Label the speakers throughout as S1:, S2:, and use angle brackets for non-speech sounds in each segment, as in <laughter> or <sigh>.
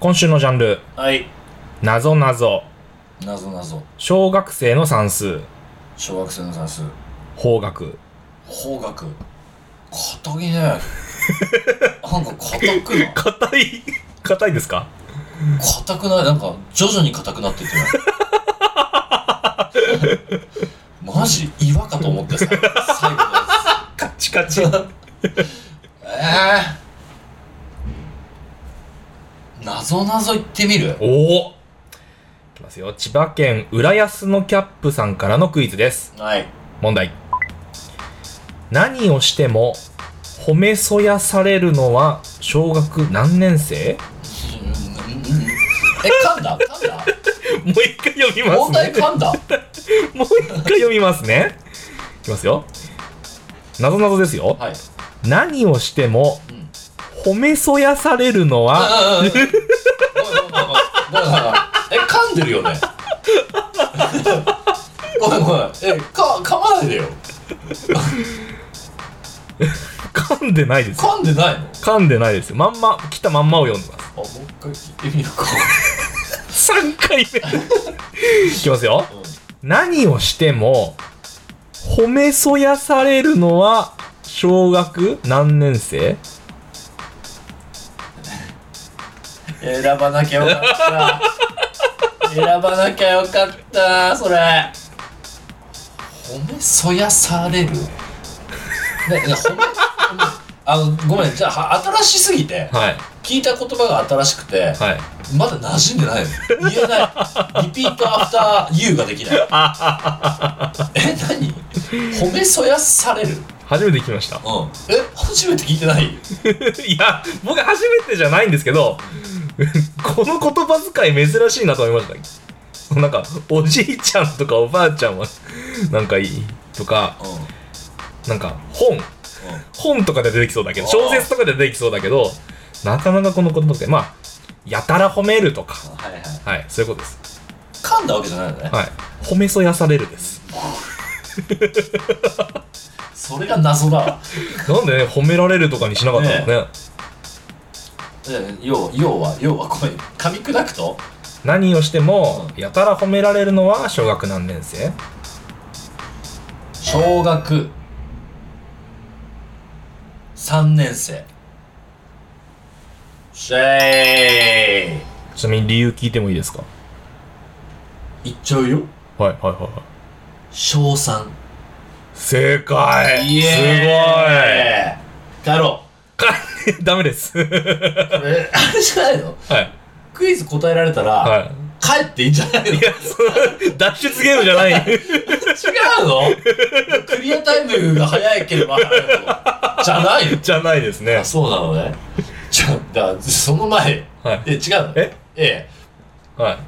S1: 今週のジャンル、
S2: はい。
S1: なぞなぞ、
S2: なぞなぞ。
S1: 小学生の算数、
S2: 小学生の算数。
S1: 法学。
S2: 法学。硬いね。 <laughs> なんか硬くない
S1: 硬い、硬いですか
S2: 硬くないなんか徐々に硬くなってって <laughs> るマジ岩かと思ってさ、最後
S1: カチカチ。
S2: のやつ。えー。なぞなぞ言ってみる
S1: おおいきますよ。千葉県浦安のキャップさんからのクイズです。
S2: はい。
S1: 問題。何をしても褒めそやされるのは小学何年生
S2: うんうんうんえ、噛んだ噛ん <laughs> だ
S1: もう一回読み
S2: 問題噛んだ
S1: もう一回読みますね。いきますよ。なぞなぞですよ。
S2: はい。
S1: 何をしても
S2: うん
S1: 褒めそやされるのは
S2: うんうんうんごめんごめんごめんごめんごめんごめんえ噛んでるよねごめんごめんえか噛まないでよ
S1: 噛んでないですよ。
S2: 噛んでないのあ
S1: 噛んでないですよ。まんま、来たまんまを読んでま
S2: もう一回聞いてみようか、
S1: す。3回 <laughs> 目。いきますよ。
S2: う
S1: 何をしても褒めそやされるのは小学何年生
S2: ん、選ばなきゃよかった選ばなきゃよかったそれ褒めそやされるねね褒めあのごめんじゃあは新しすぎて
S1: はい。
S2: 聞いた言葉が新しく
S1: は
S2: て、
S1: い。
S2: まだ馴染んでないの言えないリピートアフター U ができないえ何褒めそやされるうん
S1: 初めて聞きました。 <laughs>
S2: え初めて聞いてない
S1: いや、僕初めてじゃないんですけど、 <laughs> この言葉遣い珍しいなと思いました。なんか、おじいちゃんとかおばあちゃんは、なんかいい。とか、
S2: うん
S1: なんか、本。
S2: う
S1: 本とかで出てきそうだけど、小説とかで出てきそうだけど、なかなかこの言葉遣い。まあ、やたら褒めるとか。
S2: んはいはい
S1: はい、そういうことです。
S2: 噛んだわけじゃないのね、
S1: はい。褒めそやされるです。
S2: それが謎だわ
S1: なんでね、褒められるとかにしなかったのね。
S2: え要要は要はこれ噛み砕くと
S1: 何をしても、やたら褒められるのは小学何年生
S2: 小学3年生シェーイ
S1: ちなみに理由聞いてもいいですか
S2: いっちゃうよ
S1: はいはいはいはい。
S2: 小3
S1: 正解
S2: イ
S1: す
S2: エーイ帰ろ
S1: ごいかダメです。は
S2: うこれあれじゃないの
S1: い。
S2: クイズ答えられたら、
S1: は
S2: 帰っていいんじゃないの
S1: い。いや、そう脱出ゲームじゃない。
S2: 違うのクリアタイムが早ければ早いほどじゃないの
S1: じゃないですね
S2: あ。そうなのねじゃだからその前
S1: はい。
S2: え違うの
S1: え
S2: え
S1: はい。
S2: え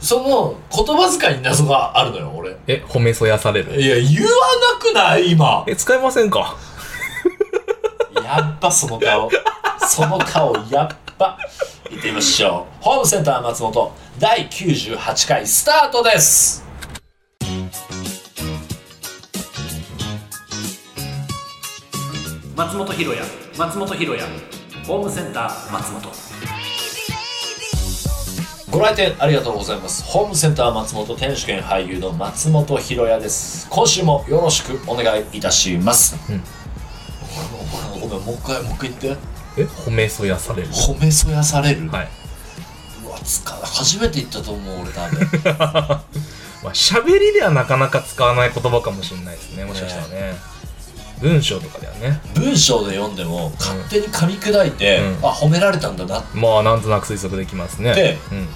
S2: その言葉遣いに謎があるのよ俺
S1: え、褒めそやされる。
S2: いや言わなくない今
S1: え、使えませんか
S2: やっばその顔。その顔やっば。行ってみましょう。ホームセンター松本第98回スタートです。
S3: 松本博也松本博也ホームセンター松本
S2: ご来店ありがとうございます。ホームセンター松本店主兼俳優の松本ひろやです。今週もよろしくお願いいたします。
S1: うん
S2: ごめんごめんもう一回もう一回言って
S1: え、褒めそやされる。
S2: 褒めそやされる、
S1: はい。
S2: うわつか初めて言ったと思う俺
S1: <laughs>
S2: 多分
S1: まあ、喋りではなかなか使わない言葉かもしれないですね。もしかしたらね。文章とかではね。
S2: 文章で読んでも勝手に噛み砕いて、
S1: うん
S2: あ褒められたんだな
S1: まあ、なんとなく推測できますね
S2: で。
S1: うん。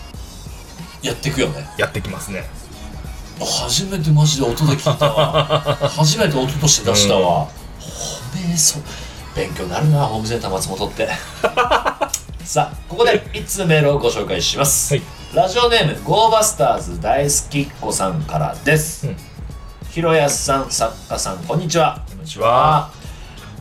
S2: やってくよね
S1: やってきますね。
S2: 初めてマジで音で聞いた
S1: <laughs>
S2: わ初めて音として出したわ、褒めそう勉強になるなホームセンター松本って
S1: <laughs>
S2: さあここで1通メールをご紹介します、
S1: はい
S2: ラジオネームゴーバスターズ大好きっ子さんからです、
S1: うん
S2: ひろやすさん作家さんこんにちはこんに
S1: ちは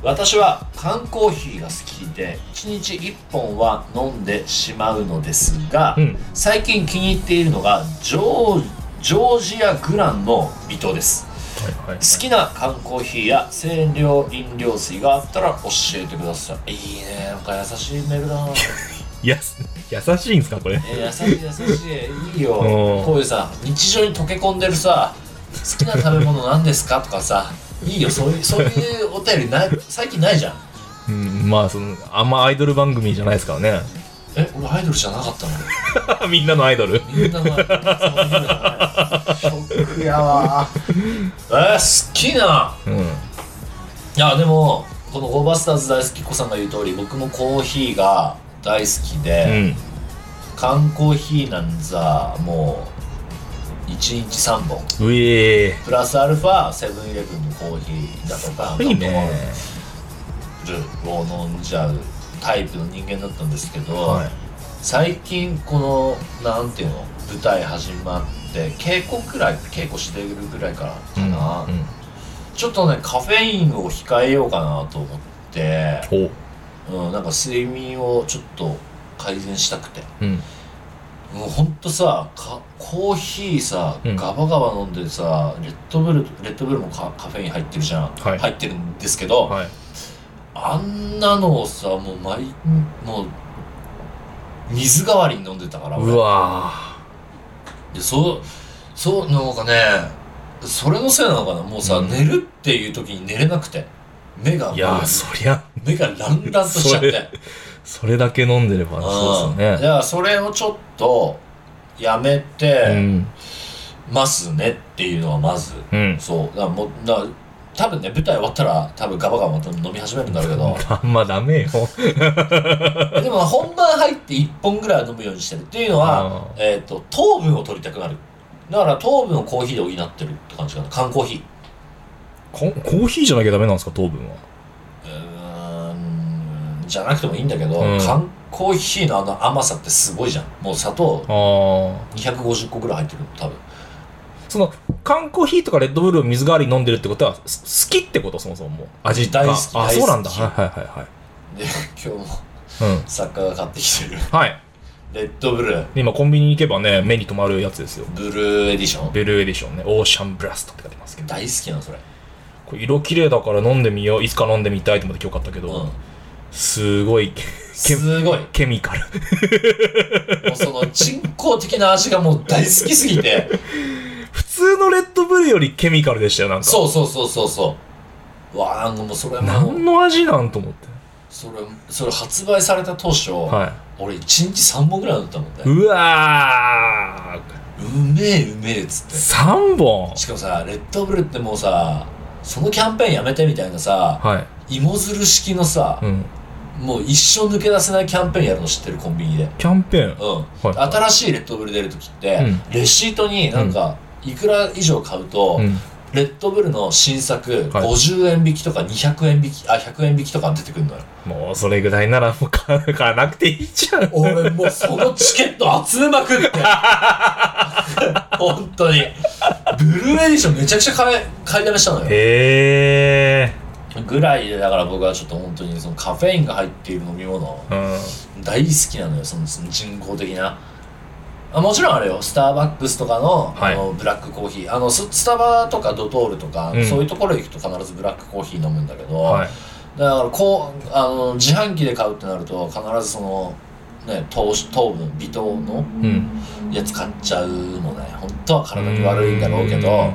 S2: 私は缶コーヒーが好きで1日1本は飲んでしまうのですが、
S1: うん
S2: 最近気に入っているのがジョージョージアグランの微糖です
S1: はいはい、はい。
S2: 好きな缶コーヒーや清涼飲料水があったら教えてくださいいいねなんか優しいメールだな
S1: いや、す優しいんですかこれ
S2: えー優しい優しいいいよ
S1: うん
S2: こういうさ日常に溶け込んでるさ好きな食べ物何ですかとかさいいよそういうそういうお便りない最近ないじゃん
S1: うんまあそのあんまアイドル番組じゃないですからね
S2: え俺アイドルじゃなかったの
S1: <laughs> みんなのアイドル
S2: みんなのアイドルそういうのないショックやわえー、好きな
S1: うん
S2: いやでもこのゴーバスターズ大好きっ子さんが言う通り僕もコーヒーが大好きで、
S1: うん
S2: 缶コーヒーなんざもう1日3本
S1: うえ
S2: プラスアルファセブンイレブンのコーヒーだとか
S1: ーいいね
S2: ルを飲んじゃうタイプの人間だったんですけど、
S1: はい
S2: 最近このなんていうの舞台始まって稽古くらい稽古してるぐらいからかな、
S1: うんうん
S2: ちょっとねカフェインを控えようかなと思って、
S1: おう
S2: うん、なんか睡眠をちょっと改善したくて
S1: うん
S2: もうほんとさかコーヒーさ
S1: うん
S2: ガバガバ飲んでさ、レッドブルレッドブルもカカフェイン入ってるじゃん、
S1: はい
S2: 入ってるんですけど、
S1: はい
S2: あんなのをさもう毎もう水代わりに飲んでたから俺
S1: うわ
S2: でそうそうなんかねそれのせいなのかなもうさ、
S1: うん
S2: 寝るっていう時に寝れなくて目が
S1: ーいや
S2: もう
S1: ーそりゃ
S2: 目がランランとしちゃって
S1: それそれだけ飲んでればそう
S2: うん
S1: です
S2: じ
S1: よね
S2: ゃあそれをちょっとやめ
S1: う
S2: て
S1: ん
S2: ますねっていうのはまず、
S1: うん
S2: そうだからもうだから多分ね舞台終わったら多分ガバガバまた飲み始めるんだろうけど
S1: <laughs> あんまダメよ
S2: でも本番入って1本ぐらいは飲むようにしてるっていうのは
S1: あ、
S2: えー、と糖分を取りたくなるだから糖分をコーヒーで補ってるって感じかな缶コーヒー
S1: ココーヒーじゃなきゃダメなんですか糖分は
S2: うーんじゃなくてもいいんだけど、
S1: うん
S2: 缶コーヒーのあの甘さってすごいじゃんもう砂糖
S1: ああ
S2: 250個ぐらい入ってるの
S1: <laughs>
S2: 多分
S1: その缶コーヒーとかレッドブルを水代わりに飲んでるってことはす好きってことそもそももう味が
S2: 大好き
S1: あ
S2: 大好き
S1: そうなんだはいはいはい
S2: で今日も
S1: はいうん
S2: 作家が買ってきてる
S1: はい
S2: レッドブルー
S1: で今コンビニに行けばね目に留まるやつですよ
S2: ブルーエディション
S1: ベルーエディションねオーシャンブラストって書いてますけど
S2: 大好きなのそれ、
S1: これ色綺麗だから飲んでみよういつか飲んでみたいと思って今日買ったけど、
S2: うん、
S1: すごい
S2: すごいも
S1: ケミカル <laughs>
S2: うその人工的な味がもう大好きすぎて
S1: 普通のレッドブルよりケミカルでしたよなんか
S2: そうそうそうそうそううわあなんかもうそれも
S1: 何
S2: う
S1: の味なんと思って
S2: それそれ発売された当初、
S1: は
S2: 俺1日3本ぐらいだったもんね
S1: いうわ
S2: うめえうめえっつって
S1: ー3本
S2: しかもさレッドブルってもうさそのキャンペーンやめてみたいなさ
S1: はい
S2: 芋づる式のさ
S1: う、ん
S2: もう一生抜け出せないキャンペーンやるの知ってるコンビニで
S1: キャンペーン
S2: うん、
S1: はい
S2: 新しいレッドブル出るときって、
S1: う
S2: レシートになんか、いくら以上買うと、
S1: うん
S2: レッドブルの新作
S1: はい
S2: 50円引きとか200円引きあ100円引きとか出てくるのよ
S1: もうそれぐらいならもう買買わなくていいじゃん
S2: 俺もうそのチケット集めまくって <laughs> 本当にブルーエディションめちゃくちゃ買い買いだめしたのよ
S1: へえ
S2: ぐらいでだから僕はちょっと本当にそのカフェインが入っている飲み物
S1: うん
S2: 大好きなのよそのその人工的なあもちろんあれよスターバックスとかの,、
S1: はい
S2: あのブラックコーヒーあのススタバとかドトールとか、
S1: うん
S2: そういうところ行くと必ずブラックコーヒー飲むんだけど、
S1: はい
S2: だからこうあの自販機で買うってなると必ずその、ね、糖糖分微糖の
S1: うん
S2: やつ買っちゃうのね本当は体に悪いんだろうけど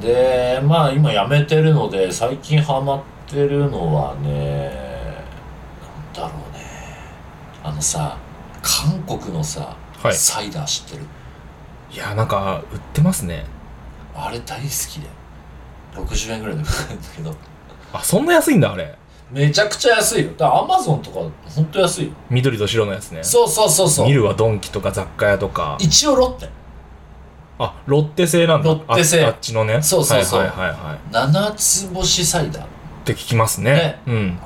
S2: でまあ今やめてるので最近ハマってるのはねなんだろうねあのさ韓国のさ、
S1: はい
S2: サイダー知ってる
S1: いやなんか売ってますね
S2: あれ大好きで60円ぐらいで買えるんだけど
S1: あそんな安いんだあれ
S2: めちゃくちゃ安いよだからアマゾンとかほんと安いよ
S1: 緑と白のやつね
S2: そうそうそうそう
S1: 見るはドンキとか雑貨屋とか
S2: 一応ロッテ
S1: あロッテ製なんだ
S2: ロッテ製
S1: ああっちのね
S2: そうそうそう
S1: はいはいはい、はい、
S2: 七つ星サイダー
S1: って聞きますね
S2: ね
S1: うん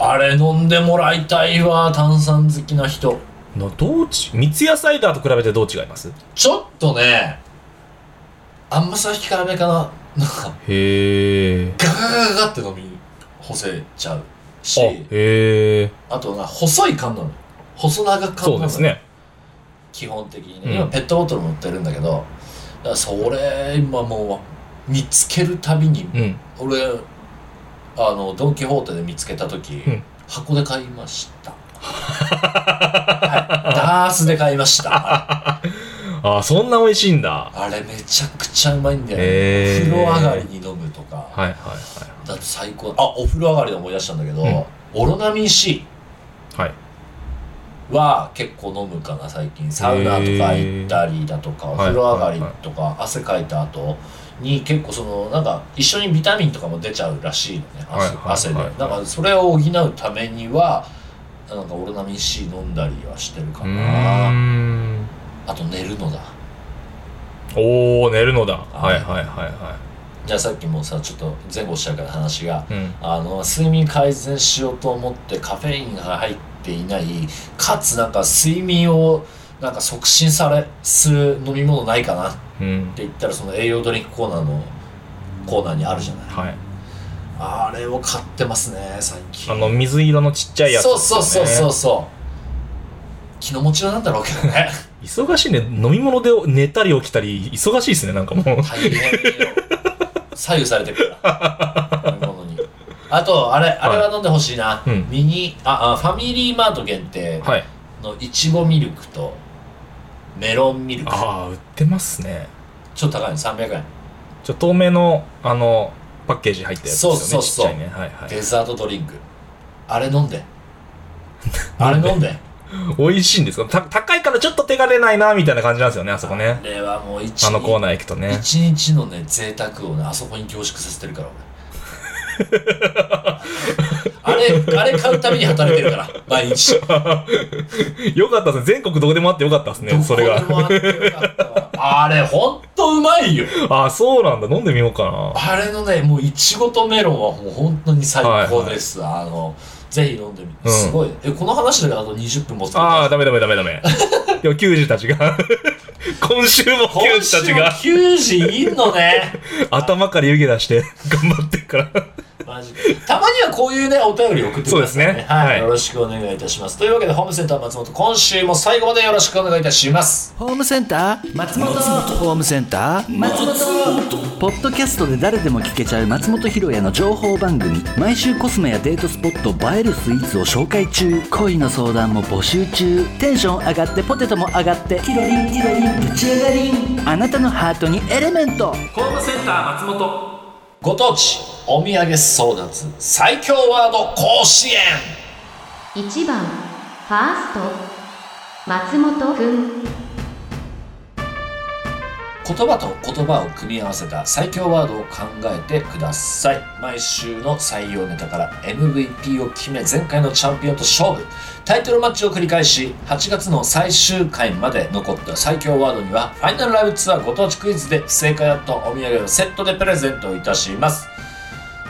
S2: あれ飲んでもらいたいわ炭酸好きな人
S1: のどうち三ツ矢サイダーと比べてどう違います
S2: ちょっとねあんまさ控えめかななんか
S1: へえ
S2: ガガガガガって飲み干せちゃうし
S1: あへえ
S2: あとな細い缶なの細長缶なの
S1: そうですね
S2: 基本的にね、
S1: うん
S2: 今ペットボトルも売ってるんだけどだからそれ今もう見つけるたびに、
S1: うん
S2: 俺あのドン・キホーテで見つけた時、
S1: うん
S2: 箱で買いましたはい、ダースで買いました。
S1: ああ、そんな美味しいんだ。
S2: あれめちゃくちゃうまいんだよ、ね
S1: へー
S2: 風呂上がりに飲むとか。
S1: はいはいは
S2: だって最高。あ、お風呂上がりで思い出したんだけど、
S1: うん
S2: オロナミン C
S1: い。はい。
S2: は結構飲むかな、最近。サウナとか行ったりだとか、お風呂上がりとか、汗かいた後に結構その、なんか一緒にビタミンとかも出ちゃうらしいのね、
S1: はい
S2: 汗,、
S1: はいはい
S2: 汗で。だからそれを補うためには、なんかオロナミン C 飲んだりはしてる
S1: う
S2: か
S1: ー
S2: な。
S1: ん。
S2: あと寝るのだ。
S1: おー、寝るのだ。はいはいは
S2: じゃあさっきもさちょっと前後しちゃうから話が
S1: いはい。うん。
S2: あの睡眠改善しようと思ってカフェインが入っていないかつなんか睡眠をなんか促進されする飲み物ないかなって
S1: うん。
S2: 言ったらその栄養ドリンクコーナーのコーナーにあるじゃない
S1: はい。
S2: あれを買ってますね最近
S1: あの、水色のちっちゃいやつ、
S2: そうそうそうそう。そう気の持ちようなんだろうけど
S1: <laughs>
S2: ね
S1: 忙しいね。飲み物で寝たり起きたり、忙しいですね、なんかもう。
S2: 大変よ左右されてるから飲み物にあとあれあれは飲んでほしいな、
S1: うん。
S2: ミニああファミリーマート限定
S1: はい。
S2: のいちごミルクとメロンミルク
S1: ああ、売ってますね。
S2: ちょっと高いの300円
S1: ちょっと透明の、あの、パッケージ入ったやつですよね。
S2: そうそうそう
S1: ちっちゃいね。はいは
S2: デザートドリンクあれ
S1: <laughs>
S2: 飲んであれ飲んで
S1: い。美味しいんですかた高いからちょっと手が出ないな、みたいな感じなんですよね、あそこね
S2: あ。れはもう一
S1: あのコー
S2: 日
S1: ナー行くとね。
S2: 一日のね贅沢をねあそこに凝縮させてるから
S1: <laughs>
S2: 俺あれあれ買うために働いてるから毎日
S1: <laughs> よかったですね。全国どこでもあってよかったですね、それ
S2: どこでも
S1: が。
S2: あってよかったわあれほんとうまいよ
S1: <laughs> ああ、そうなんだ。飲んでみようかな。
S2: あれのね、もういちごとメロンはもう本当に最高です。あの、ぜひ飲んでみて。
S1: うん
S2: すごい。え、この話だけあと20分もつ
S1: ああ、ダメダメダメダメ。でも、球児たちが、 <laughs> 今週も球
S2: 今
S1: 児
S2: 週
S1: たち
S2: も
S1: が
S2: 9時いんのね。
S1: <laughs> 頭から湯気出して <laughs> 頑張ってるから。
S2: マジでたまにはこういうね、お便り送ってください、
S1: そうですね
S2: はい。
S1: はい
S2: よろしくお願いいたします。というわけで、ホームセンター松本、今週も最後までよろしくお願いいたします。
S4: ホームセンター松本ホームセンター松本ポッドキャストで誰でも聞けちゃう松本ひろやの情報番組毎週コスメやデートスポット映えるスイーツを紹介中恋の相談も募集中テンション上がってポテトも上がってキロリンキロリンぶち上がりんあなたのハートにエレメント
S3: ホームセンター松本
S2: ご当地、お土産争奪、最強ワード甲子園
S5: 1番ファースト松本君
S2: 言葉と言葉を組み合わせた最強ワードを考えてください毎週の採用ネタから MVP を決め前回のチャンピオンと勝負タイトルマッチを繰り返し8月の最終回まで残った最強ワードにはファイナルライブツアーご当地クイズで不正解だったお土産をセットでプレゼントいたします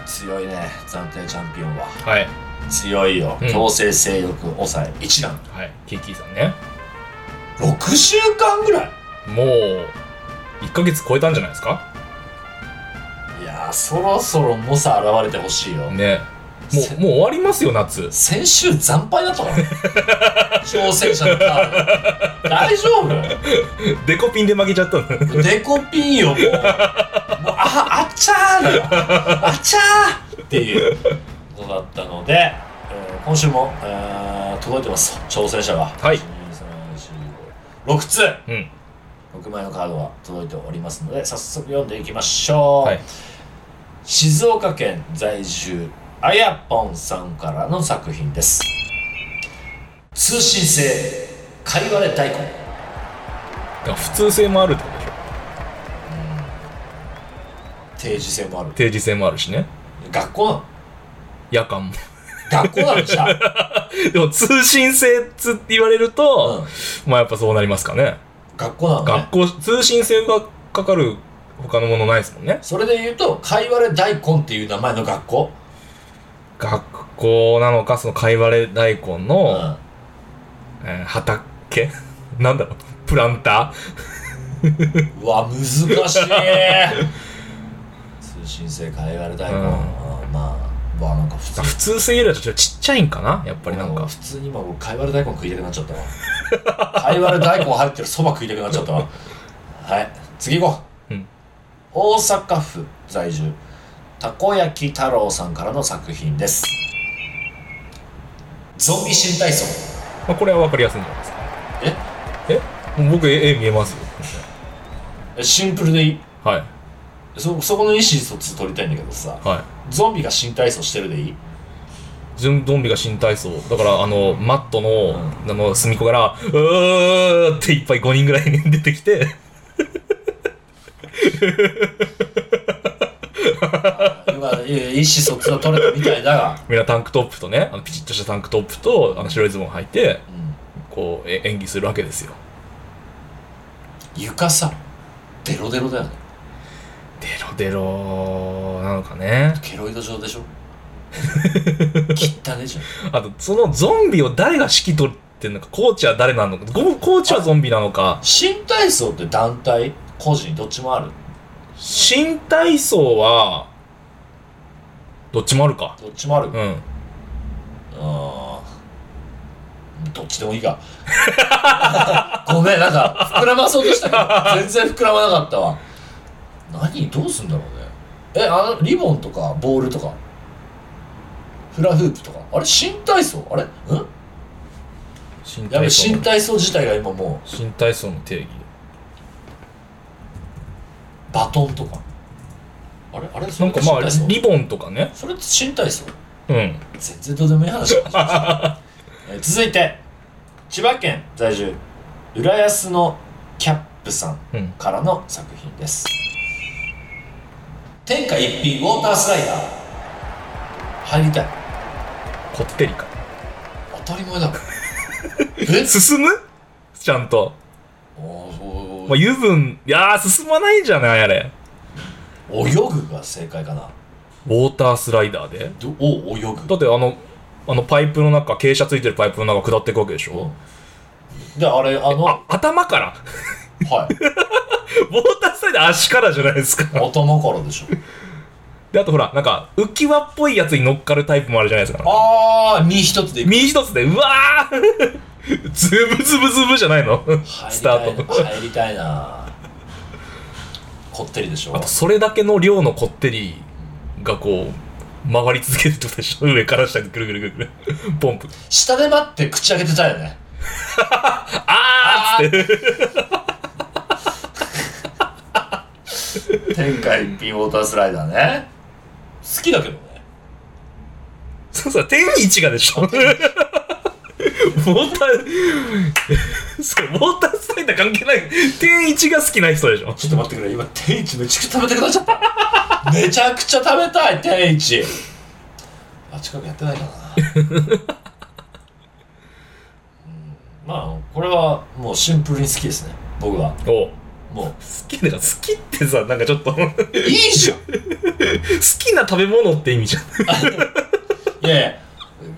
S2: 強いね暫定チャンピオンは
S1: はい。
S2: 強いよ、
S1: うん
S2: 強制性欲抑え一覧
S1: はい。キッキーさんね。
S2: 6週間ぐらい
S1: もう、1ヶ月超えたんじゃないですか
S2: いやーそろそろ猛者現れてほしいよ、
S1: ねもう、もう終わりますよ、夏。
S2: 先週惨敗だったからね挑戦者のカード大丈
S1: デコピンで負けちゃった <laughs> の。
S2: 夫デコピンよもうもうああっちゃーだよあっちゃーっていうことだったので、えー今週も、えー届いてます挑戦者が
S1: はい
S2: 6通
S1: うん。
S2: 6枚のカードが届いておりますので早速読んでいきましょう、
S1: はい
S2: 静岡県在住あやぽんさんからの作品です通信制かいわれ大根
S1: 普通性もあるってことでしょ。
S2: 定時制もある
S1: 定時性もあるしね。
S2: 学校なの
S1: 夜間も。
S2: 学校なのじゃあ、
S1: <laughs> でも通信制っつって言われる <laughs> と、
S2: う
S1: まあやっぱそうなりますかね。
S2: ん、学校なのね
S1: 学校、通信制がかかる他のものないですもんね。
S2: それで言うとかいわれ大根っていう名前の学校、
S1: 学校なのか、そのかいわれ大根
S2: うん
S1: の、えー畑 <laughs> なんだろうプランタ
S2: うわ難
S1: <laughs>
S2: しい通信制かいわれ大根、
S1: うん
S2: うんまあわなんか普通
S1: ー普通すぎるよりはちょっとちっちゃいんかなやっぱりなん
S2: あの
S1: か。
S2: 普通に今俺かいわれ大根食いたくなっちゃったわ <laughs> かいわれ大根入ってるそば食いたくなっちゃったわはい次行こう、
S1: うん
S2: 大阪府在住たこ焼き太郎さんからの作品ですゾンビ新体操
S1: まあ、これは分かりやすいんじゃないですか
S2: え
S1: えもう僕絵絵見えますよ
S2: えシンプルでいい
S1: はい
S2: そそこの意思疎通取りたいんだけどさ
S1: はい
S2: ゾンビが新体操してるでいい
S1: ゾンゾンビが新体操だからあのマットの,、あの隅っこから「うー」っていっぱい5人ぐらい <laughs> に出てきて
S2: 今いや意思疎通は取れたみたいだが、
S1: みんなタンクトップとねあのピチッとしたタンクトップとあの白いズボン履いてこうえ演技するわけですよ
S2: 床さデロデロだよね
S1: デロデロなのかね
S2: ケロイド状でし
S1: <laughs>
S2: ょ汚ねじゃん
S1: あとそのゾンビを誰が指揮取ってんのかコーチは誰なのかゴコーチはゾンビなのか
S2: 新体操って団体個人どっちもある
S1: 新体操はどっちもあるか
S2: どっちもあるう
S1: うん
S2: ーんどっちでもいいか <laughs> ごめんなんか膨らまそうとしたけど全然膨らまなかったわ何どうすんだろうねえあのリボンとかボールとかフラフープとかあれ新体操あれん
S1: 新
S2: やべ
S1: 体操
S2: 新
S1: の
S2: 体操自体が今も
S1: 新体操の定義
S2: うバトンとかあれあれそ
S1: な
S2: れ
S1: んか
S2: 新
S1: まあ
S2: 体操
S1: リボンとかね
S2: それって新体操
S1: うん
S2: 全然どうでもいい話 <laughs> えー続いて千葉県在住浦安のキャップさん
S1: うん
S2: からの作品です、天下一品ウォータースライダー入りたい
S1: こってりか
S2: 当たり前だ <laughs> え
S1: 進むちゃんと、
S2: おーお
S1: まあ、
S2: ー
S1: 油分いやー進まないんじゃないあれ
S2: おー泳ぐが正解かな
S1: ウォータースライダーで
S2: どお泳ぐ
S1: だってあのあのパイプの中傾斜ついてるパイプの中下っていくわけでしょ、
S2: うんであれあのは
S1: あ頭から <laughs>
S2: い
S1: ウォータースライダー足からじゃないですか
S2: 頭からでしょ
S1: であとほらなんか浮き輪っぽいやつに乗っかるタイプもあるじゃないですか
S2: ああ身一つで
S1: 身一つでうわー <laughs> ズブズブズブじゃないのスタート
S2: 入りたいな入りたいなこってりでしょ
S1: あとそれだけの量のこってりがこう曲がり続けるってことでしょ上から下にぐるぐるぐるぐるポンプ
S2: 下で待って口開けてたよね
S1: あーっつって
S2: 天下一品ウォータースライダーね好きだけどね
S1: そうそう天一がでしょウォーターそれウォータースライダー関係ない天一が好きな人でしょ
S2: ちょっと待ってくれ今天一めちゃくちゃ食べたくなっちゃっためちゃくちゃ食べたい天一あ近くやってない <laughs> かなうんまあこれはもうシンプルに好きですね僕は
S1: お好
S2: も
S1: きだから好きってさなんかちょっと好
S2: ういいじゃん
S1: きな食べ物って意味じゃん
S2: いやい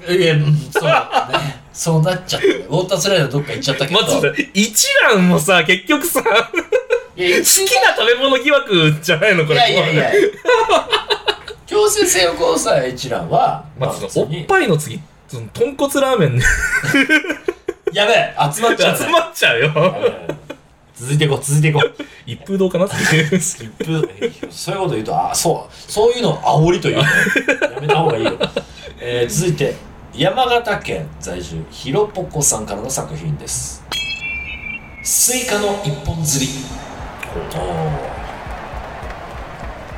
S2: や、いや、うんそうだね。そうなっちゃったね。ウォータースライダーどっか行っちゃったけど。
S1: まず一覧もさ結局さ好
S2: いや、一
S1: きな食べ物疑惑じゃないのこ
S2: い
S1: れ
S2: やいやいや。強制性交際一覧は、
S1: ま
S2: あ
S1: ず
S2: 別
S1: そのお
S2: に
S1: っぱいの次その豚骨ラーメンね
S2: やべえ、集まっちゃうね、
S1: <laughs> 集まっちゃう
S2: や
S1: よ
S2: べえ続いていこう、続いていこう。
S1: 一風堂かなっていう
S2: 一風そういうこと言うとあそうそういうのを煽りというのやめた方がいいよ、えー続いて山形県在住ひろぽこさんからの作品ですスイカの一本釣りお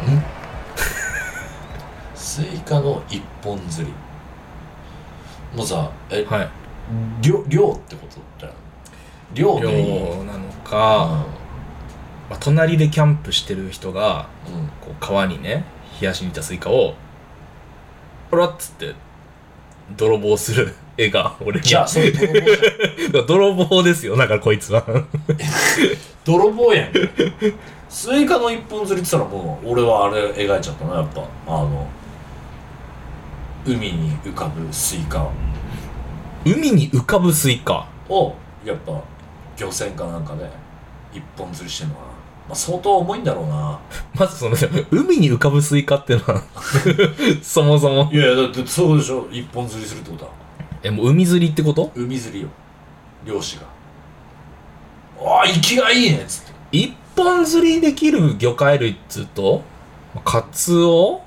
S2: ーん <laughs> スイカの一本釣りもうさえ
S1: はい
S2: 漁漁ってことだよ漁でいい、うん
S1: 量なのか、まあ、隣でキャンプしてる人が
S2: うん
S1: こう川にね冷やしにいたスイカをほらっつって泥棒する <laughs> 絵が俺に
S2: じゃあそれ泥棒じゃ
S1: <laughs>
S2: ん
S1: 泥棒ですよだからこいつは <laughs>
S2: 泥棒やんスイカの一本釣りって言ったらもう俺はあれ描いちゃったなやっぱあの海に浮かぶスイカ
S1: 海に浮かぶスイカ
S2: をやっぱ漁船かなんかで一本釣りしてんのかな、まあ、相当重いんだろうな
S1: まずその <laughs> 海に浮かぶスイカっていうのは <laughs> そもそも
S2: いやいやだってそうでしょ一本釣りするってことは
S1: えもう海釣りってこと
S2: 海釣りよ漁師が「ああ生きがいいね」っつって
S1: 一本釣りできる魚介類っつうとまあカツオ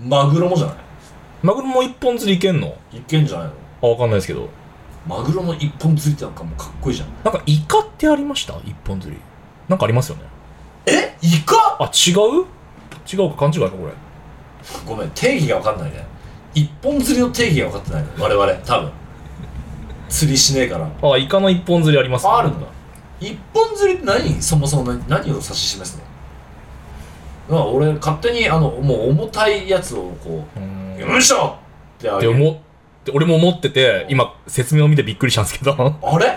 S2: マグロもじゃな
S1: マグロも一本釣りいけんの
S2: いいけんじゃないの
S1: あわかんないですけど
S2: マグロの一本釣りってなんかもうかっこいいじゃん
S1: なんかイカってありました一本釣りなんかありますよね
S2: えイカ
S1: あ違う違うか勘違いかこれ
S2: ごめん定義が分かんないね一本釣りの定義が分かってないの我々多分釣りしねえから
S1: あイカの一本釣りありますね
S2: あるんだ一本釣りって何そもそも何何を指し示すのまあ俺勝手にあのもう重たいやつをこ
S1: うー
S2: う「
S1: ん
S2: よいしょ!」ってあ
S1: って
S2: げる
S1: 思って俺も思ってて今説明を見てびっくりしたんですけど
S2: <laughs> あれ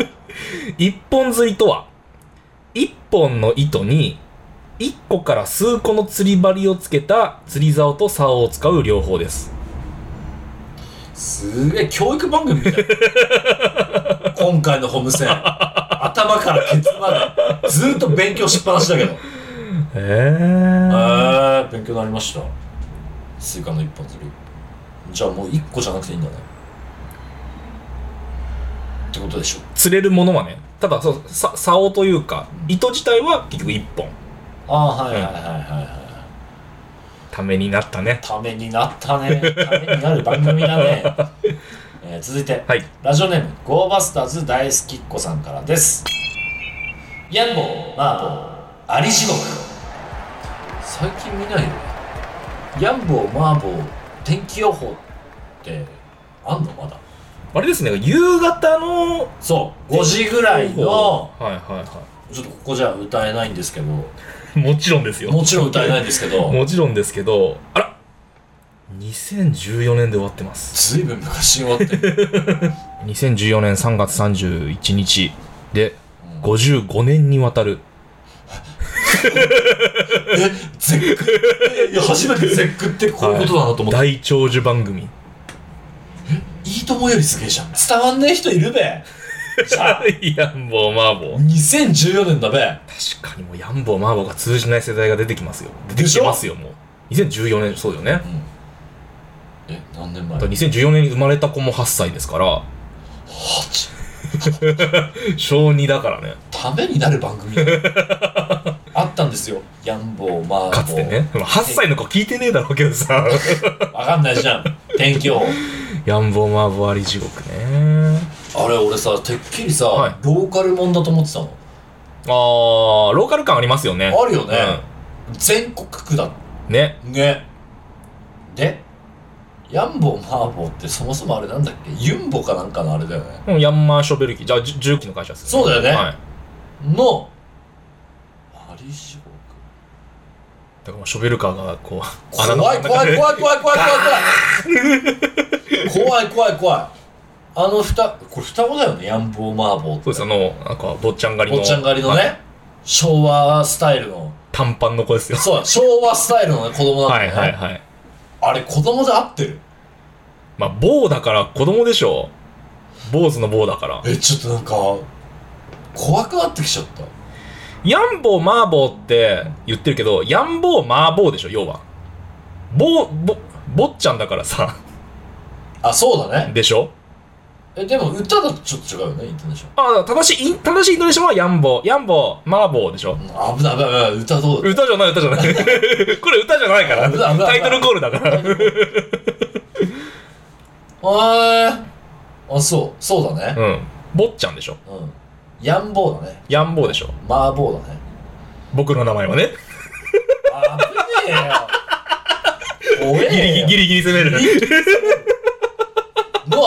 S1: 一本釣りとは一本の糸に一個から数個の釣り針をつけた釣り竿と竿を使う両方です
S2: すげえ教育番組みたいな今回のホームセン頭からケツまでずーっと勉強しっぱなしだけどへ
S1: へえ
S2: え
S1: ー、
S2: 勉強になりましたスイカの一本釣りじゃあもう一個じゃなくていいんだねってことでしょ
S1: 釣れるものはねただそうさ竿というか糸自体は結局一本
S2: ああーはいはいはいはいはい
S1: ためになったね
S2: ためになったね。ためになる番組だ <laughs> ね。えー続いて、
S1: はい
S2: ラジオネーム、ゴーバスターズ大好きっ子さんからです。ヤンボー、マーボー、アリ地獄。最近見ないよね。ヤンボー、マーボー、天気予報って、あんのまだ。
S1: あれですね夕方の
S2: そう、5時ぐらいの、
S1: はいはいは
S2: ちょっとここじゃ歌えないんですけど、
S1: いもちろんですよ
S2: もちろん歌えないんですけど、
S1: もちろんですけどあら2014年で終わってます
S2: ずいぶん昔に終わってる。
S1: 2014年3月31日で55年にわたる
S2: え、ゼック <laughs> えいや初めてゼックってこういうことだなと思って、
S1: 大長寿番 <laughs> 組
S2: い、いともよりすげえじゃん伝わんねえ人いるべじゃあ
S1: いやんぼうマーボー
S2: 2014年だべ
S1: 確かにもうやんぼうマーボーが通じない世代が出てきますよ出てきてますよもう2014年そうよね
S2: え何年
S1: あ
S2: 前
S1: と2014年に生まれた子も8歳ですから
S2: 八
S1: 小2だからね
S2: ためになる番組あったんですよヤンボーマーボー
S1: かつてねまあ8歳の子聞いてねえだろうけど <laughs> さ
S2: わかんないじゃん天気予報
S1: やんぼうマーボーあり地獄ね
S2: あれ俺さてっきりさ、
S1: はい
S2: ローカルもんだと思ってたの
S1: あーローカル感ありますよね
S2: あるよね、全国区だ
S1: うんね
S2: ねでヤンボーマーボーってそもそもあれなんだっけユンボかなんかのあれだよね
S1: うんヤンマーショベル機じゃあじゅ重機の会社です
S2: そうだよね
S1: はい
S2: のアリショ
S1: だからもうショベルカーがこう
S2: <laughs> 怖い怖い怖い怖い怖い怖い怖い
S1: <laughs>
S2: 怖い怖い怖い怖いあのふたこれ双子だよねヤンボーマーボーっ
S1: そ
S2: て
S1: うですあのなんか坊ちゃん狩りの
S2: 坊っちゃん狩りの
S1: はい
S2: ね昭和スタイルの
S1: 短パンの子
S2: <laughs>
S1: ですよ
S2: そう昭和スタイルのね子供なん
S1: は
S2: だ
S1: い
S2: よ
S1: はい
S2: ね
S1: はい
S2: あれ子供で合ってる
S1: まあ坊だから子供でしょ坊主の坊だから
S2: えちょっとなんか怖くなってきちゃった
S1: ヤンボーマーボーって言ってるけどヤンボーマーボーでしょ要は坊ぼ坊っちゃんだからさ
S2: あそうだね
S1: でしょ
S2: えでも歌だとちょっと違うよねイントネーション
S1: あだから正しいイン正しいインドネシアはヤンボーヤンボーマーボーでしょ
S2: うん危ない危ない危ない歌どうだ
S1: 歌じゃない歌じゃないこれ歌じゃないから
S2: 危ない危ない危ない
S1: タイトルコールだから
S2: あーあそうそうだね
S1: うん坊っちゃんでしょ
S2: うんヤンボーだね
S1: ヤンボーでしょ
S2: 麻婆だね。
S1: 僕の名前はね
S2: あぶねえよ。お
S1: <laughs> ギリギ
S2: えよ
S1: リギリギリ攻める
S2: の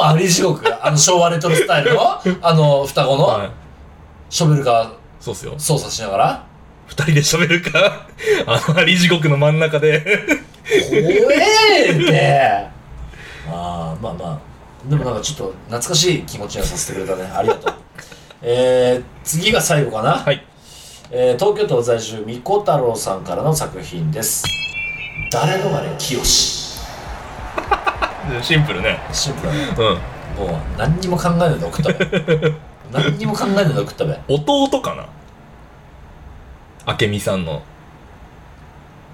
S2: あり地獄あの昭和レトロスタイルの、あの双子
S1: はい
S2: のショベルカ
S1: そうっすよ
S2: ー操作しながら。
S1: 二人で喋るかあのあり地獄の真ん中で
S2: 怖えって。ああ、まあまあ。でもなんかちょっと懐かしい気持ちにはさせてくれたね。ありがとう。えー、次が最後かな。
S1: はい
S2: えー東京都在住みこ太郎さんからの作品です。誰のがれ清し。
S1: シンプルね
S2: シンプルだね。
S1: うん
S2: もう何にも考えないで送ったべ何にも考えないで送ったべ
S1: 弟かなあけみさんの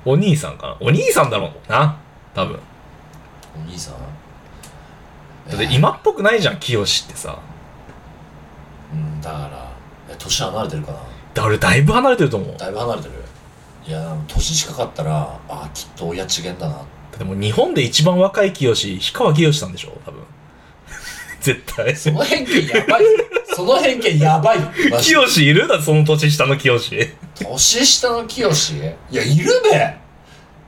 S1: お兄さんかなお兄さんだろうな多分
S2: お兄さん
S1: だって今っぽくないじゃん清ってさ
S2: うんだからえ年離れてるかな
S1: だ俺だいぶ離れてると思うだ
S2: だいぶ離れてるいや年近かったらあきっと親違えんだな
S1: ってもう日本で一番若い清氷川きよしさんでしょ多分 <laughs> 絶対。
S2: その偏見やばい。その偏見やばい。マジで
S1: 清志いるだってその年下の清志。
S2: 年下の清いや、いる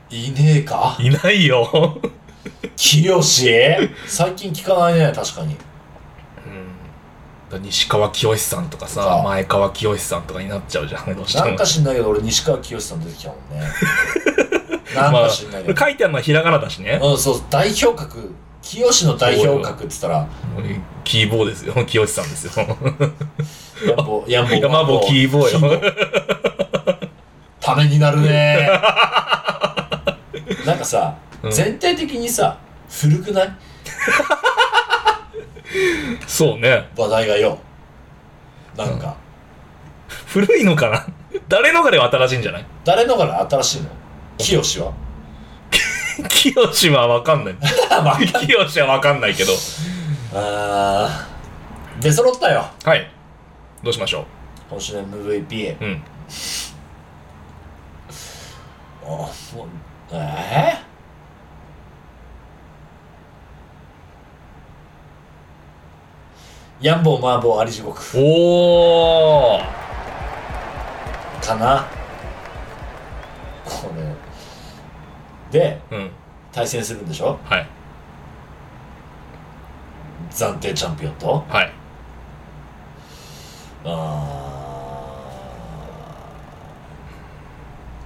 S2: べ <laughs> いねえか
S1: いないよ。
S2: 清最近聞かないね、確かに。
S1: 西川清さんとか
S2: と
S1: さ
S2: か
S1: 前川清さんとかになっちゃうじゃんどうしても
S2: なんか知んないけど、俺、西川清さん出てきたもんね。なん
S1: ま
S2: か
S1: あ
S2: 知んないけど。
S1: 書いてあるのはひらがなだしね、
S2: うん、そう、代表格。清の代表格って言ったら、
S1: キーボーですよ <laughs> 清さんですよ
S2: ヤンボ、ヤンボ、
S1: ヤマボキーボーよ
S2: キためになる
S1: <laughs>
S2: ねなんかさ、
S1: うん
S2: 全体的にさ、古くない
S1: <laughs> そうね
S2: 話題がよ。なんか、
S1: 古いのかな誰のかでは新しいんじゃない <laughs>
S2: 誰のから新しいの清は
S1: 清はわかんない <laughs>
S2: ま
S1: 清はわかんないけど
S2: あー出揃ったよ
S1: はいどうしましょ
S2: 今週の MVP
S1: ううん
S2: あもうえー、ヤンボーマーボーアリ地獄
S1: おー
S2: かなこれで
S1: うん
S2: 対戦するんでしょ
S1: はい
S2: 暫定チャンピオンと
S1: はい
S2: あ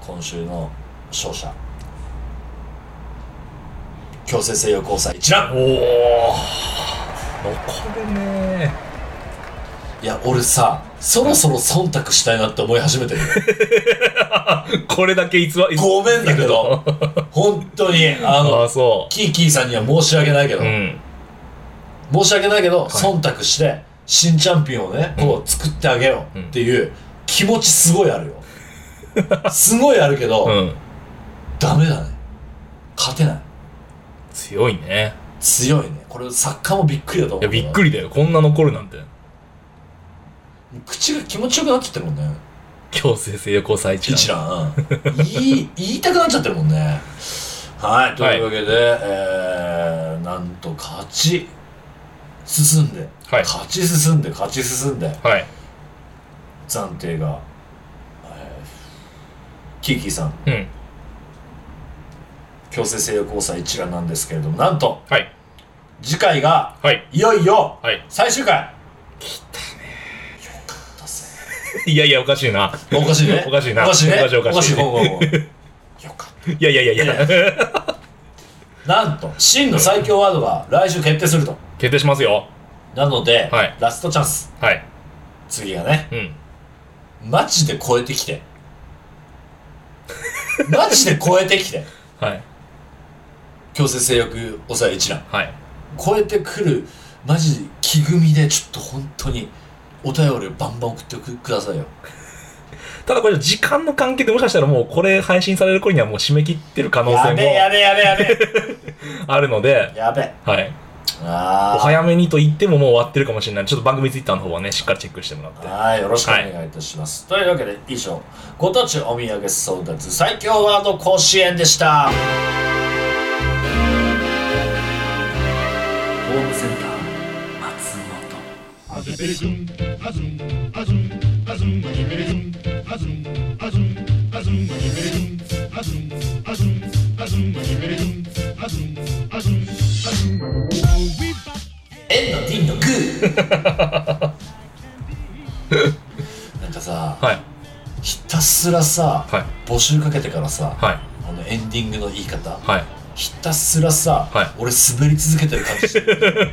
S2: ー今週の勝者強制性欲交際一
S1: お
S2: 覧
S1: お残るね
S2: いや俺さそろそろ忖度したいなって思い始めてるよ
S1: <laughs> これだけ偽り
S2: <laughs> ごめんだけど本当にあ
S1: あ
S2: の
S1: あそ
S2: キーキーさんには申し訳ないけど、
S1: ううん
S2: 申し訳ないけど、忖度して新チャンピオンをねこう作ってあげようっていう気持ちすごいあ <laughs> るよすごいあるけど、
S1: うん
S2: ダメだね勝てない
S1: 強いね
S2: 強いねこれ作家もびっくりだと
S1: い
S2: 思
S1: や
S2: う
S1: びっくりだよこんな残るなんて
S2: り口が気持ちよくなっちゃってるもんね
S1: 強制性横最中
S2: 一覧言い言いたくなっちゃってるもんねはいというわけで、えー、なんと勝ち進んで、
S1: はい
S2: 勝ち進んで勝ち進んで
S1: はい
S2: 暫定が、えーキーキーさん
S1: うん
S2: 強制性欲交際一覧なんですけれどもなんと
S1: はい
S2: 次回が
S1: はい
S2: いよいよ
S1: はい <laughs>
S2: 最終回、よかったぜ
S1: いやいやおかしいな
S2: おかしいね。
S1: おかしいな
S2: おかしいね。
S1: おかしいおかしい
S2: おかしいおかしいよかっ
S1: いやいやいやいや
S2: た。なんと、真の最強ワードが来週決定すると。
S1: 決定しますよ
S2: なので、
S1: はい
S2: ラストチャンス。
S1: はい
S2: 次がね、
S1: うん
S2: マジで超えてきて。マジで超えてきて。
S1: はい
S2: 強制性欲抑え一覧。
S1: はい
S2: 超えてくる、マジ気組で、ちょっと本当に、お便りをバンバン送ってくくださいよ。
S1: ただこれ時間の関係でもしかしたらもうこれ配信される頃にはもう締め切ってる可能
S2: や
S1: 性
S2: べえや
S1: も
S2: べえやべえやべえ。
S1: あるので
S2: やべえ。
S1: はい
S2: あ
S1: お
S2: ー
S1: 早めにと言ってももう終わってるかもしれないちょっと番組ツイッターの方はねしっかりチェックしてもらって
S2: はい、よろしくお願いいたします。というわけで、以上、ご当地お土産争奪最強ワード甲子園でした。
S3: ホームセンター松本
S6: Azum, azum, azum, azum, azum, azum, azum, azum, azum, azum, azum, azum, azum, azum, azum, azum.
S2: エンの D のグー <laughs> なんかさ、
S1: はい
S2: ひたすらさ、
S1: はい
S2: 募集かけてからさ、
S1: はい
S2: あのエンディングの言い方、
S1: はい
S2: ひたすらさ、
S1: はい
S2: 俺滑り続けてる感じし
S1: <laughs>
S2: てる。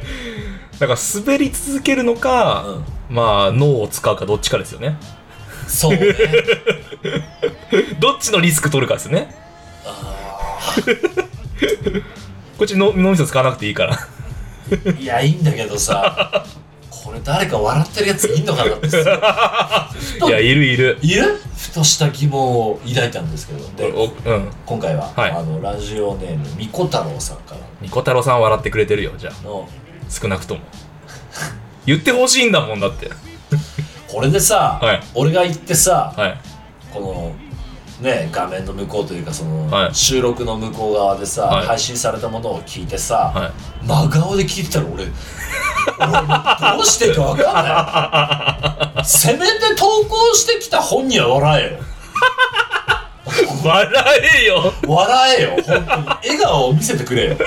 S1: だから滑り続けるのか、まあ脳を使うかどっちかですよね
S2: そうね。
S1: どっちのリスク取るかですね
S2: あ
S1: <laughs> こっちの脳みそ使わなくていい
S2: <laughs>
S1: から
S2: ーいや、いいんだけどさ、これ誰か笑ってるやついんのかなってさ。
S1: いやいるいる
S2: いるふとした疑問を抱いたんですけど
S1: お
S2: で
S1: うん
S2: 今回は、
S1: はい
S2: あのラジオネームみこ太郎さんから
S1: ニコ太郎さんは笑ってくれてるよじゃあ
S2: の
S1: 少なくとも言ってほしいんだもんだって
S2: これでさ、
S1: はい
S2: 俺が言ってさ、
S1: はい
S2: このね画面の向こうというかその、
S1: はい
S2: 収録の向こう側でさ、
S1: はい
S2: 配信されたものを聞いてさ、
S1: は
S2: 真顔で聞いてたら俺 <laughs> どうしていいかわかんないせめて投稿してきた本人は笑えよ
S1: 笑えよ
S2: 笑えよ本当に笑顔を見せてくれよよ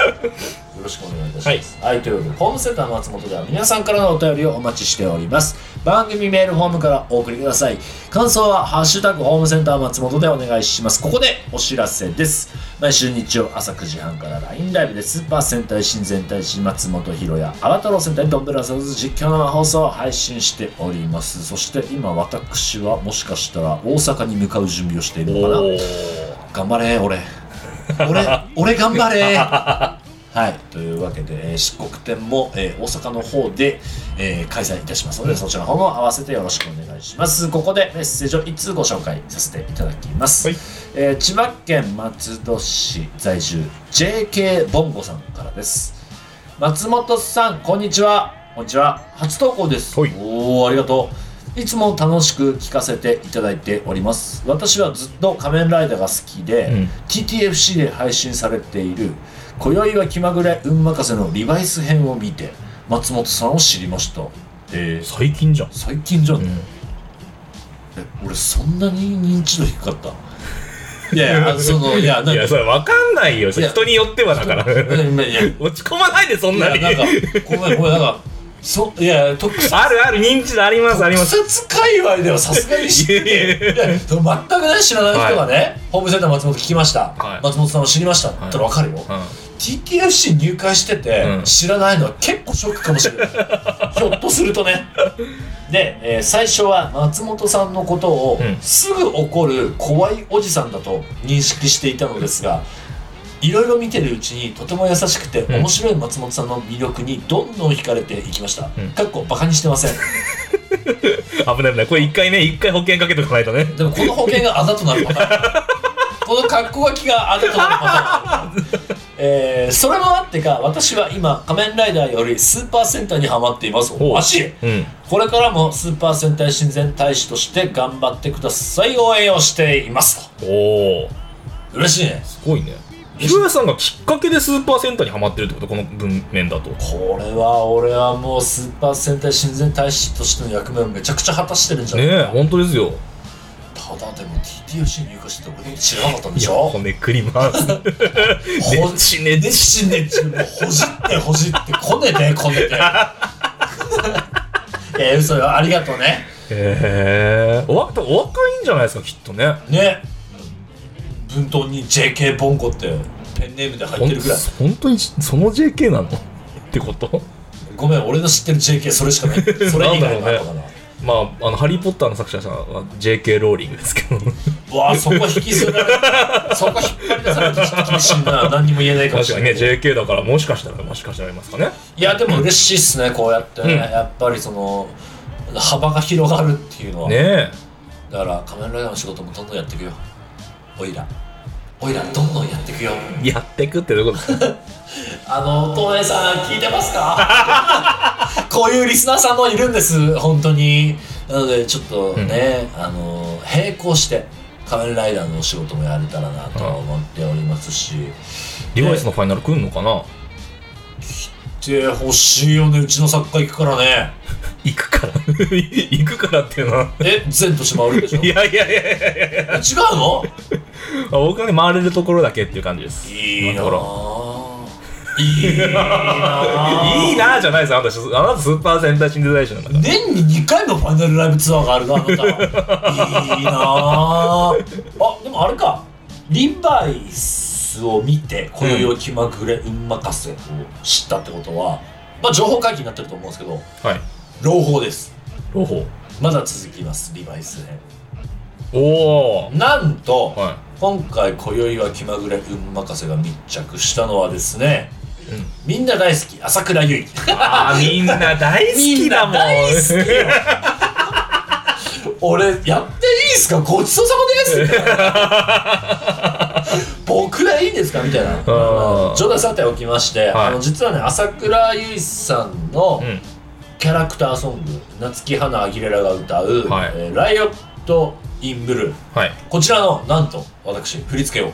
S2: ろしくお願いいたしますはい、ということでホームセンター松本では皆さんからのお便りをお待ちしております番組メールフォームからお送りください感想は「ハッシュタグホームセンター松本」でお願いしますここでお知らせです毎週日曜朝9時半から LINE ライブでスーパー戦隊新戦隊新松本ひろやアバタロー戦隊ドンブラザーズ実況の放送を配信しておりますそして今私はもしかしたら大阪に向かう準備をしているのかな頑張れ俺
S1: <laughs>
S2: 俺俺頑張れはいというわけで、えー、漆黒展も、えー大阪の方で、えー開催いたしますのでそちらの方も合わせてよろしくお願いしますここでメッセージを1通ご紹介させていただきます、
S1: はい
S2: えー千葉県松戸市在住 JK ボンゴさんからです松本さんこんにちはこんにちは初投稿です
S1: はい
S2: おおありがとういつも楽しく聞かせていただいております私はずっと仮面ライダーが好きで、
S1: うん
S2: TTFC で配信されている「今宵は気まぐれ運任せ」のリバイス編を見て松本さんを知りましたえー
S1: 最近じゃん、
S2: 最近じゃん、
S1: うん
S2: え俺そんなに認知度低かったいやい <laughs> やあそのいやな
S1: い
S2: んか
S1: やそれ分かんないよそれ
S2: いや
S1: 人によってはだ <laughs> から
S2: うんいや
S1: 落ち込まないでそん
S2: い
S1: な
S2: や
S1: に
S2: なんかごめんごめんなんかそいや特
S1: <laughs>
S2: 撮
S1: あるある認知度ありますあり <laughs> ます
S2: 特撮界隈ではさすがに知ってていや全くね知らない人がね、ホームセンター松本聞きました、
S1: はい
S2: 松本さんを知りましたって言ったらわかるよ、
S1: う
S2: TTFC 入会してて、
S1: うん
S2: 知らないのは結構ショックかもしれない
S1: <laughs>
S2: ひょっとするとねで、えー最初は松本さんのことを
S1: うん
S2: すぐ怒る怖いおじさんだと認識していたのですがいろいろ見てるうちにとても優しくて
S1: ん
S2: 面白い松本さんの魅力にどんどん惹かれていきました、
S1: うん
S2: かっこバカにしてません
S1: ん、危ない危ないこれ一回ね一回保険かけとかないとね
S2: でもこの保険があざとなるパターンこの格好書きがあざとなるパターン、えー、それもあってか私は今仮面ライダーよりスーパー戦隊にハマっています
S1: おう
S2: マジ
S1: うん
S2: これからもスーパー戦隊親善大使として頑張ってください応援をしています
S1: おお
S2: と嬉しいね
S1: すごいねひろやさんがきっかけでスーパーセンターにはまってるってことこの文面だと
S2: これは俺はもうスーパー戦隊親善大使としての役目をめちゃくちゃ果たしてるんじゃない、
S1: ねえ本当ですよ
S2: ただでも TTOC 入荷してて俺のこと知らなかったんで
S1: い
S2: し
S1: や
S2: ょ
S1: 骨くり回す <laughs>
S2: ほちねでちねちもうほじってほじってこねてこねて <laughs> えー、嘘よありがとうね
S1: へえお若お若いんじゃないですかきっとね
S2: ね文頭に JK ボンコってペンネームで入
S1: ほ
S2: っ
S1: ん
S2: てるぐらい
S1: 本当にその JK なのってこと
S2: ごめん俺の知ってる JK それしかないそれ以外のあったかな
S1: まああの「ハリー・ポッター」の作者さんは JK ローリングですけ <laughs> ど
S2: わあそこ引きずられ <laughs> そこ引っ張り出されてちょっと厳しいな何にも言えないかも
S1: 確
S2: し
S1: か
S2: れ
S1: に
S2: な
S1: ね
S2: い
S1: JK だからもしかしたらもしかしたらいますかね
S2: いやでも嬉しいっすねこうやって、
S1: ん
S2: やっぱりその幅が広がるっていうのは
S1: ねえ
S2: だから仮面ライダーの仕事もどんどんやっていくよおいらおいらどんどんやっていくよ
S1: やってくってどういうことですか
S2: あの東映さん聞いてますか
S1: <laughs>
S2: こういうリスナーさんもいるんです本当になのでちょっとね、あの並行して仮面ライダーのお仕事もやれたらなと思っておりますし、
S1: <laughs> リバイスのファイナル来んのかな
S2: で欲しいよねうちの作家行くからね
S1: 行くから <laughs> 行くからっていうのは
S2: え全年回るでしょ
S1: <laughs> いやいやいやいやいや
S2: え違うの
S1: あ僕はね回れるところだけっていう感じです
S2: いいな
S1: 今のとこ
S2: ぁいいな
S1: ろ
S2: ぁ
S1: いいなーじゃないですよあなたあなたスーパーセンターシンデザイションなんだか
S2: 年に2回もファイナルライブツアーがあるなあな
S1: <laughs>
S2: たいいなああでもあれかリバイスを見て「こよよ気まぐれ運任せ」を知ったってことはまあ情報解禁になってると思うんですけど
S1: らはい
S2: 朗報です
S1: 朗報
S2: まだ続きますリバイス編
S1: おお
S2: なんと、
S1: は
S2: 今回「こよいは気まぐれ運任せ」が密着したのはですね、
S1: うん
S2: みんな大好き朝倉優衣
S1: あーみんな大好きだもん
S2: みんな大好きよ俺やっていいですかごちそうさまですみたいな <laughs> 僕らいいですかみたいな
S1: ー
S2: 冗談さておきまして、
S1: はい
S2: あの実はね朝倉優衣さんの
S1: うん
S2: キャラクターソング、夏木花アギレラが歌う「
S1: はい
S2: えーライオット・イン・ブルー
S1: <laughs> はい」
S2: こちらのなんと私振り付けを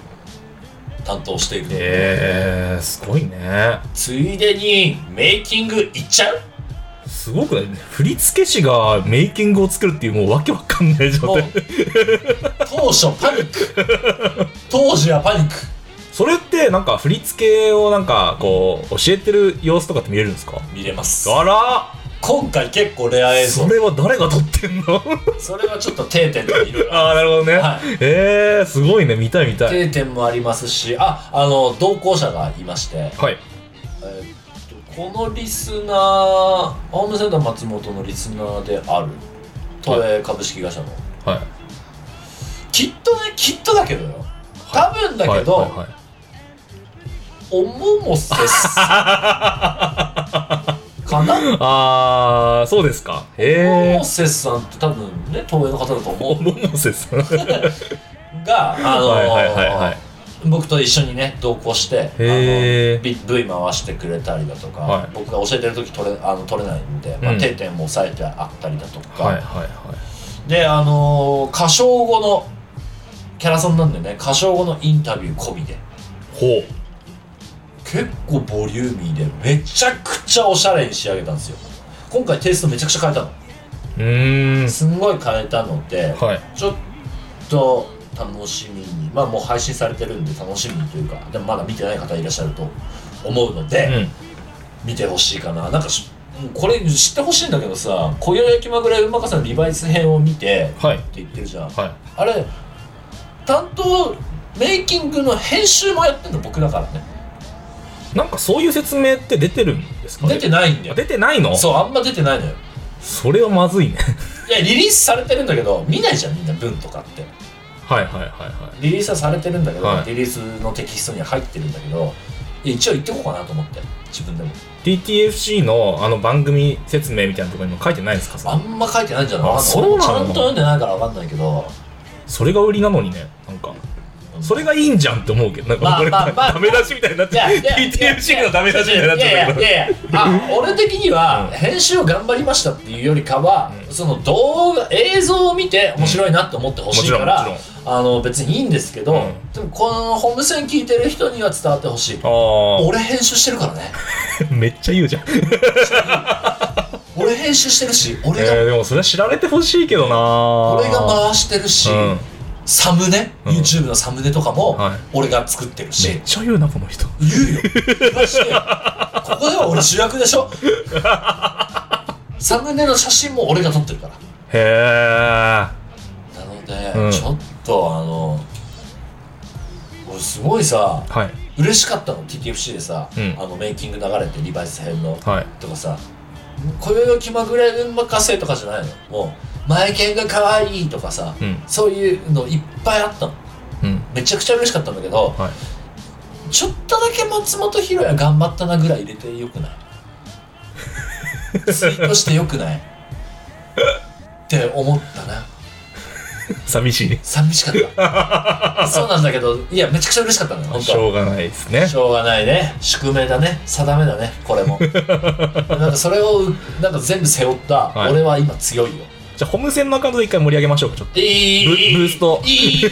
S2: 担当しているので、
S1: えー、すごいね
S2: ついでにメイキングいっちゃう
S1: すごくない振付師がメイキングを作るっていうもうわけわかんない状 <laughs>
S2: もう
S1: 態
S2: 当初パニック当時はパニック
S1: それってなんか振り付けをなんかこう教えてる様子とかって見れるんですか
S2: 見れます
S1: あら
S2: 今回結構レア映像
S1: それは誰が撮ってんの
S2: それはちょっと定点でいろいろ
S1: <laughs> ああなるほどね、
S2: はい
S1: えー、すごいね見たい見たい
S2: 定点もありますしああの同行者がいまして
S1: はい
S2: えーっとこのリスナー青森センター松本のリスナーである都営株式会社の
S1: はい
S2: きっとねきっとだけどよ多分だけど、
S1: はいはいはい
S2: おももせすかな
S1: ああそうですか
S2: お
S1: へえ
S2: ももせさんって多分ね東映の方だと思
S1: モモセさんはいは
S2: うがあのー
S1: いはいはい
S2: 僕と一緒にね同行してあ
S1: へー
S2: の V V 回してくれたりだとか、
S1: はい
S2: 僕が教えてる時取れあの取れないんで、まあ
S1: うん
S2: 定点も抑えてあったりだとか、
S1: はいはいはい
S2: であのー歌唱後のキャラソンなんでね歌唱後のインタビュー込みで
S1: ほう
S2: 結構ボリューミーでめちゃくちゃおしゃれに仕上げたんですよ今回テイストめちゃくちゃ変えたの
S1: うーん
S2: すんごい変えたので、
S1: はい
S2: ちょっと楽しみにまあもう配信されてるんで楽しみにというかでもまだ見てない方いらっしゃると思うので、
S1: うん
S2: 見てほしいかななんかしもうこれ知ってほしいんだけどさ「今宵焼きまぐれうまかさのリバイス編を見て」
S1: はい
S2: って言ってるじゃん、
S1: はい
S2: あれ担当メイキングの編集もやってんの僕だからね
S1: なんかそういう説明って出てるんですかね
S2: 出てないんだよ
S1: あ出てないの
S2: そうあんま出てないのよ
S1: それはまずい
S2: <laughs>
S1: ね
S2: いやリリースされてるんだけど見ないじゃんみんな文とかって
S1: はいはいはいはい
S2: リリースはされてるんだけど、
S1: はい
S2: リリースのテキストには入ってるんだけどいや一応言ってこうかなと思って自分でも
S1: TTFC のあの番組説明みたいなところにも書いてないんですかそ
S2: あ
S1: れ
S2: んま書いてないんじゃない
S1: あ
S2: わかんない
S1: そうなの
S2: ちゃんと読んでないから分かんないけど
S1: それが売りなのにねなんかそれがいいんじゃんって思うけどなんか
S2: まあ
S1: これ、
S2: まあまあ
S1: ダメ出しみたいになって
S2: いやいや
S1: TTFC のダメ出しみたいになっちゃった
S2: い
S1: け
S2: やいやいやあ俺的には
S1: うん
S2: 編集を頑張りましたっていうよりかは、
S1: うん
S2: その動画映像を見て面白いなって思ってほしいから、
S1: うんもち
S2: あの別にいいんですけど、
S1: うん
S2: でもこのホームセン聞いてる人には伝わってほしい
S1: どあ
S2: 俺編集してるからね
S1: あめっちゃ言うじゃん
S2: 俺編集してるし俺が、
S1: えー、でもそれは知られてほしいけどな
S2: 俺が回してるし、
S1: うん
S2: サムネ、
S1: うん
S2: YouTube のサムネとかも
S1: はい
S2: 俺が作ってるし、
S1: めっちゃ言うなこの人
S2: 言うよ言わしてよここでは俺主役でしょサムネの写真も俺が撮ってるから
S1: へえ
S2: なので、
S1: うん
S2: ちょっとあの俺すごいさ
S1: はい
S2: 嬉しかったの TTFC でさ、
S1: うん
S2: あのメイキング流れてリバイス編の、
S1: はい
S2: とかさ「今宵の気まぐれ任せ」とかじゃないのもう「前剣が可愛いとかさ、
S1: うん
S2: そういうのいっぱいあったの
S1: うん
S2: めちゃくちゃ嬉しかったんだけど、
S1: はい
S2: ちょっとだけ松本ひろや頑張ったなぐらい入れてよくないツイートしてよくないって思ったな
S1: 寂しい
S2: 寂しかったそうなんだけどいやめちゃくちゃ嬉しかったのよ本
S1: しょうがないですね
S2: 当しょうがないね宿命だね定めだねこれもなんかそれをなんか全部背負った、
S1: はい
S2: 俺は今強いよ
S1: じゃあホームセンのアカウントで一回盛り上げましょうかちょっと
S2: いい
S1: ブブースト
S2: いい本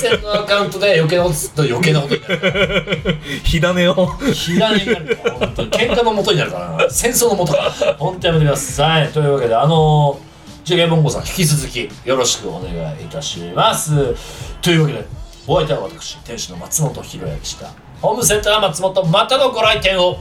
S2: 線のアカウントで余計なことすると余計なことになる
S1: 火種を
S2: 火種になるから本当に喧嘩の元になるからな戦争の元から本当やめてくださいというわけであのジュゲボンゴさん引き続きよろしくお願いいたしますというわけでお相手は私店主の松本ひろやでしたホームセンター松本またのご来店を